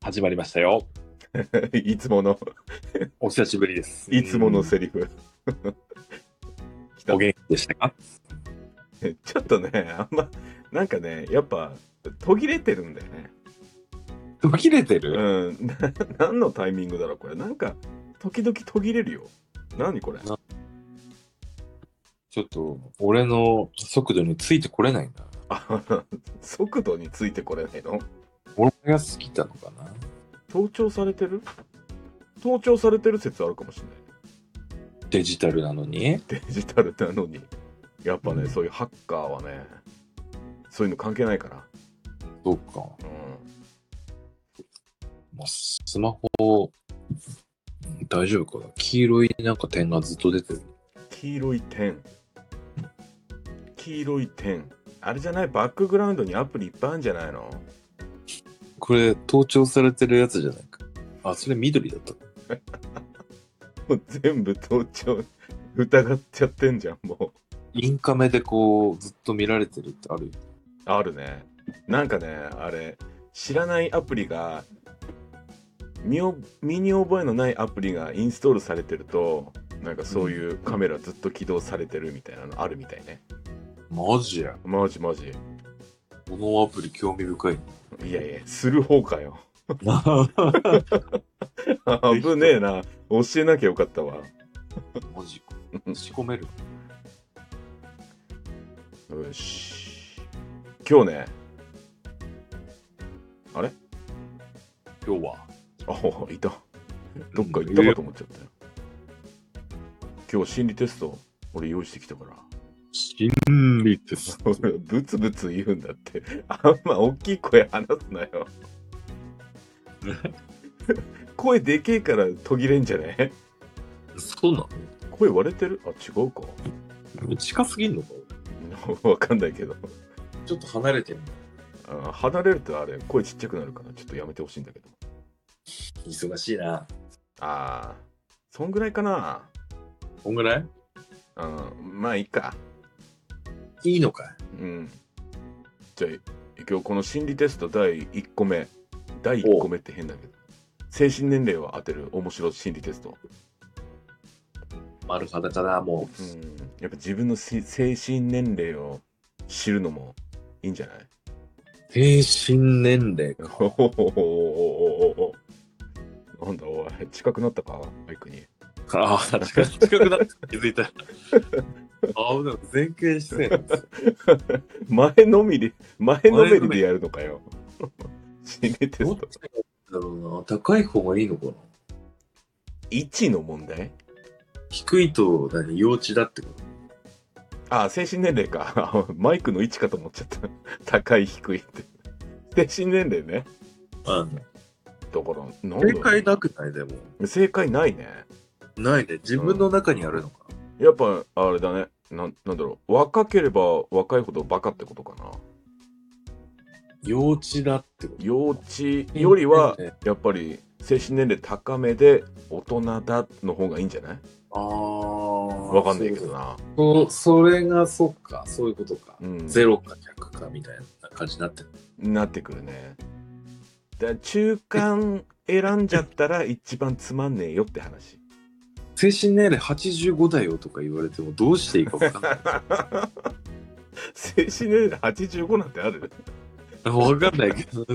始まりましたよ。 いつもの、お久しぶりです。いつものセリフ。 来うん。たお元気でしたかちょっとね、あんま、なんかね、やっぱ、途切れてるんだよね。途切れてる、うん。な 何のタイミングだろう、これ。なんか、時々途切れるよ。何これ。なちょっと、俺の速度についてこれないな。あ 速度についてこれないの俺が過ぎたのかな盗聴されてる盗聴されてる説あるかもしれない。デジタルなのに。デジタルなのに。やっぱね、うんそういうハッカーはね、そういうの関係ないから。そうか。うん。まあ、スマホ、大丈夫かな黄色いなんか点がずっと出てる。黄色い点。黄色い点。あれじゃないバックグラウンドにアプリいっぱいあるんじゃないのこれ、盗聴されてるやつじゃないか。あ、それ緑だった。もう全部盗聴 疑っちゃってんじゃんもうインカメでこう、ずっと見られてるってある。あるねなんかねあれ知らないアプリが身を身に覚えのないアプリがインストールされてるとなんかそういうカメラずっと起動されてるみたいなのあるみたいねマジや。マジマジこのアプリ興味 深い。いやいやする方か よマ危ねえな教えなきゃよかったわジか。仕込める。よし今日ね今日は。あいたどっか行ったかと思っちゃったよ今日心理テスト俺用意してきたから 心理テスト。俺ブツブツ言うんだってあんま大きい声話すなよ声でけえから途切れんじゃねそうなの声割れてるあ違うか 近すぎんのか分かんないけどちょっと離れてるあ離れるとあれ声ちっちゃくなるからちょっとやめてほしいんだけど忙しいな。ああそんぐらいかなこんぐらいうんまあいいかいいのかいうんじゃあ今日この心理テスト第1個目第1個目って変だけど精神年齢を当てる面白い心理テスト丸裸だ、もう。うんやっぱ自分のし精神年齢を知るのもいいんじゃない精神年齢。おおおおおなんだおい近くなったかマイクにああ、近近くなって気づいた。ああ、でも前傾姿勢。前のみで前のめりでやるのかよ 心理テどっスちトがいいんだろうな。高い方がいいのかな1の問題低いと何幼稚だってこあ精神年齢か マイクの位置かと思っちゃった 高い低いって精神年齢ねとあのだからなんだろう正解なくないでも。正解ないねないね。自分の中にあるのか。やっぱあれだねなんなんだろう若ければ若いほどバカってことかな幼稚だってこと。幼稚よりはやっぱり精神年齢高めで大人だの方がいいんじゃないああ。わわかんないけどなそそれがそっかそういうことか、うんゼロか100かみたいな感じになってるなってくるねだから中間選んじゃったら一番つまんねえよって話精神年齢85だよとか言われてもどうしていいか分かんない 精神年齢85なんてある 分かんないけど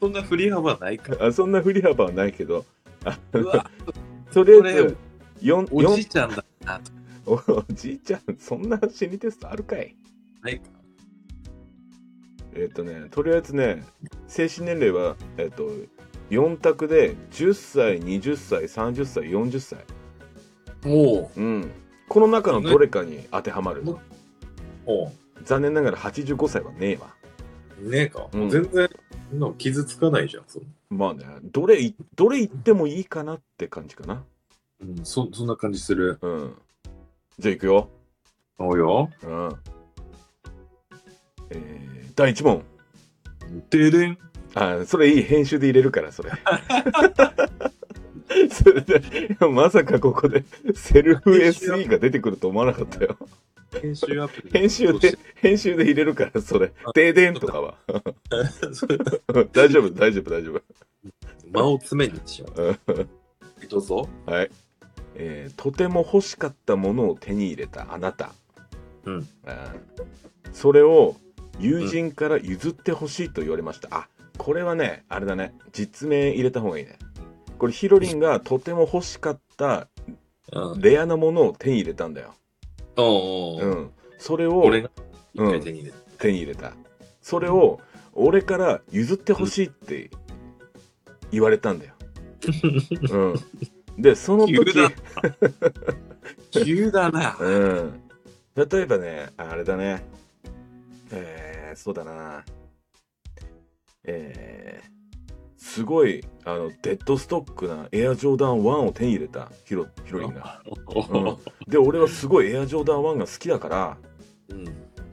そんな振り幅ないからあそんな振り幅はないけどうわとりあえず4おじいちゃんだなとかお じいちゃんそんな心理テストあるかいないかえっ、とねとりあえずね精神年齢はえっ、と4択で10歳20歳30歳40歳もうんこの中のどれかに当てはまるねうも残念ながら85歳はねえわうねえか、うんもう全然そんなの傷つかないじゃんそ,、まあねどれいどれ言ってもいいかなって感じかなうん、そそんな感じするうんじゃあいくよおうようんえー、第1問ででんあそれいい編集で入れるから それそれでまさかここでセルフ SE が出てくると思わなかったよ編集アプリ編集で編集で入 れるからそれ「停電」とかは大丈夫大丈夫大丈夫間を詰めにしよう。どうぞ。はい、えーとても欲しかったものを手に入れたあなた、うんあーそれを友人から譲ってほしいと言われました、あこれはねあれだね実名入れた方がいいねこれヒロリンがとても欲しかったうん。レアなものを手に入れたんだよ、おうーん、それを俺が一回手に入れた。手に入れたそれを俺から譲ってほしいって言われたん だよ、うん、でその時急だ 急だな。うん。例えばね、あれだね。えー、そうだな。えー、すごい、あの、デッドストックなエアジョーダン1を手に入れたヒロヒロリンが。お ーで、俺はすごいエアジョーダン1が好きだから、うん。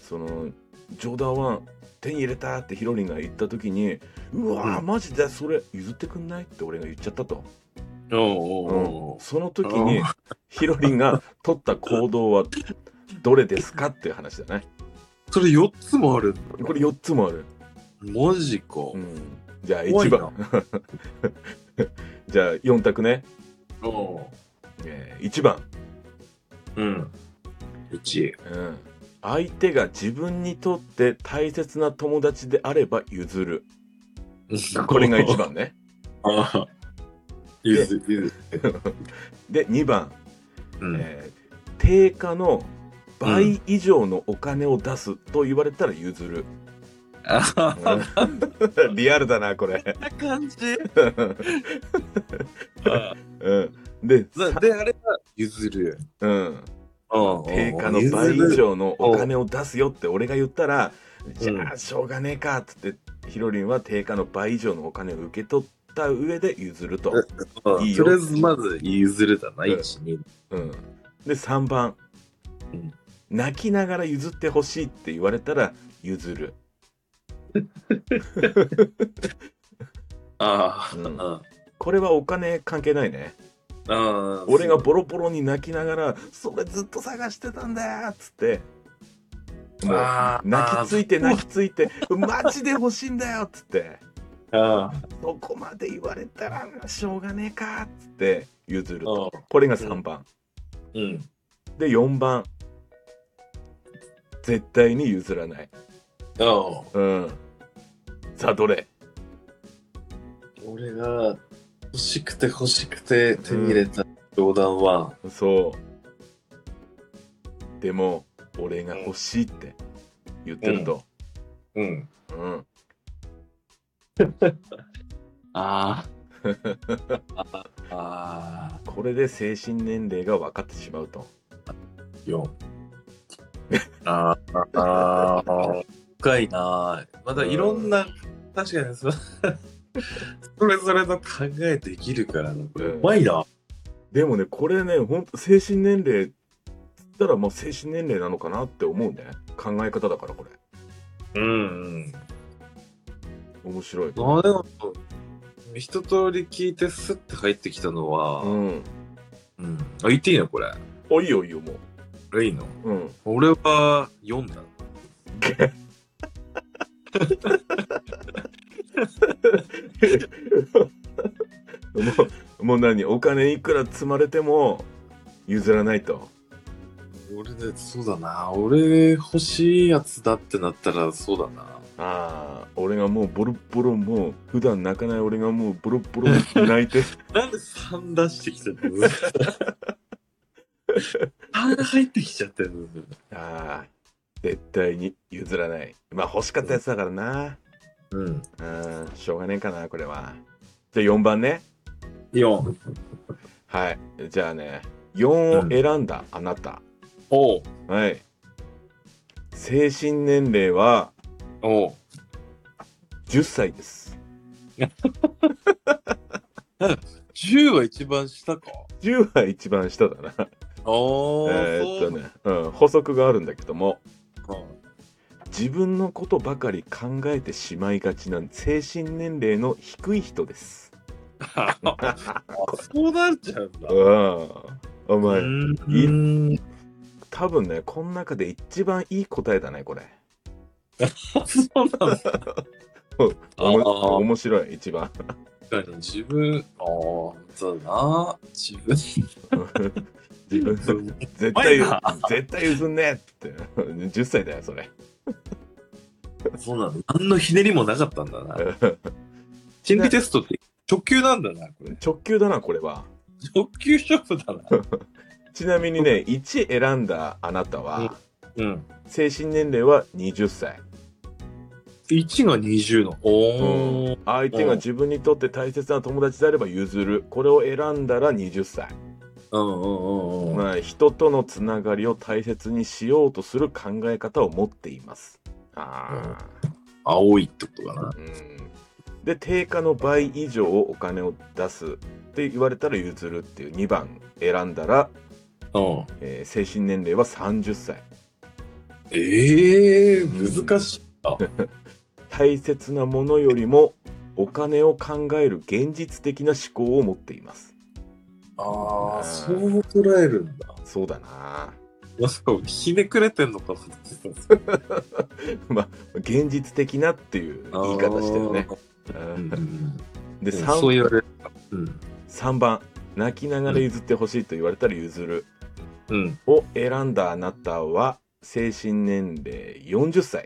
その、ジョーダン1手に入れたってヒロリンが言った時に、うわー、うんマジでそれ譲ってくんないって俺が言っちゃったと。おーうんおーその時に、ヒロリンが取った行動はどれですかっていう話だね。それ4つもあるんだこれ4つもある。マジか。うん、じゃあ怖1いな番。 じゃあ4択ね。おーえ1番、うん。1。うん。相手が自分にとって大切な友達であれば譲る。これが1。番ね。あー ゆず、ゆず。で2番、うん。えー定価の倍以上のお金を出すと言われたら譲る。あーうん リアルだな、これ。な感 じ。うん、で、なさで、あれは譲る。うん。うん定価の倍以。上のお金を出すよって俺が言ったら、じゃあしょうがねえかっつってヒロリンは定価の倍以上のお金を受け取った上で譲ると、うんいいよとりあえず、まず譲るだな、うん1、2。うん、で3番、うん泣きながら譲ってほしいって言われたら譲る、ああ、ううんん。あこれはお金関係ないねあ。俺がボロボロに泣きながら「それずっと探してたんだよ」っつってもうあー泣きついて泣きついて「マジで欲しいんだよ」っつって。あーそこまで言われたらしょうがねえかっつって譲るとうんこれが3番、うん。で4番絶対に譲らないああ。うんさあどれ俺が欲しくて欲しくて手に入れた冗談は、そうでも俺が欲しいって言ってるとうん。うん、ああ。ああ。これで精神年齢が分かってしまうと4。ああ。ああ。深いな。まだいろんな、確かにそそれぞれの考えできるからな。これううんまいな。でもねこれねほんと精神年齢っつったらもう精神年齢なのかなって思うね考え方だからこれうん。面白いあでも、一通り聞いてスッて入ってきたのは、ううん。んあ、言っていいのこれ。おいいよいいよもこれいいのううん俺は4だ。もうもう何お金いくら積まれても譲らないと俺ね、そうだな。俺欲しいやつだってなったらそうだな。ああ俺がもうボロボロもう普段泣かない俺がもうボロボロ泣いてなんで3出してきちゃったの ?3 入ってきちゃったのああ絶対に譲らないまあ欲しかったやつだからなうん。うんしょうがねえかなこれはじゃあ4番ね4。はいじゃあね4を選んだあなた、おう。はい精神年齢はおう。 10歳です10は一番下か。 10は一番下だなおー、えーそっとうね、うん、補足があるんだけどもか。自分のことばかり考えてしまいがちな精神年齢の低い人です。そうなっちゃうんだう。ん、おう前、ーん。多分ねこの中で一番いい答えだねこれ。そうなんだ。おもああ面白い一番 確かに自分、ああ、そうだな。自分、自分絶対絶対譲んねえって10歳だよそれ そうなの。何のひねりもなかったんだな。心理テストって直球なんだな、これ。直球だなこれは直球勝負だな。ちなみにね1選んだあなたはうん。精神年齢は20歳1が20の。おー。相手が自分にとって大切な友達であれば譲るこれを選んだら20歳、うんうんうんうん。まあ、人とのつながりを大切にしようとする考え方を持っていますあ青いってことかな。ーうんで定価の倍以上お金を出すって言われたら譲るっていう2番選んだら、うん。えー精神年齢は30歳ええ難しい。大切なものよりもお金を考える現実的な思考を持っていますああ、そう捉えるんだ。そうだななんかひねくれてんのかなまあ現実的なっていう言い方してるね。うんうんでうん 3, そう言われる。うん。 3番泣きながら譲ってほしいと言われたら譲るうん。を選んだあなたは精神年齢40歳、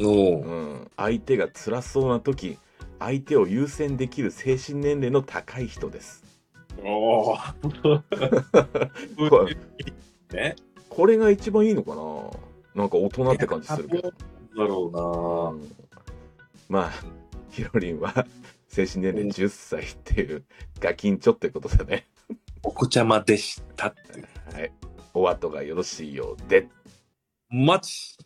おうーん、相手が辛そうな時相手を優先できる精神年齢の高い人ですお ー。これね。これが一番いいのかななんか大人って感じするけど、なんだろうんまあひろりんは精神年齢10歳っていうガキンチョってことだねうな。お子ちゃまでしたって。はいお後がよろしいようでマジ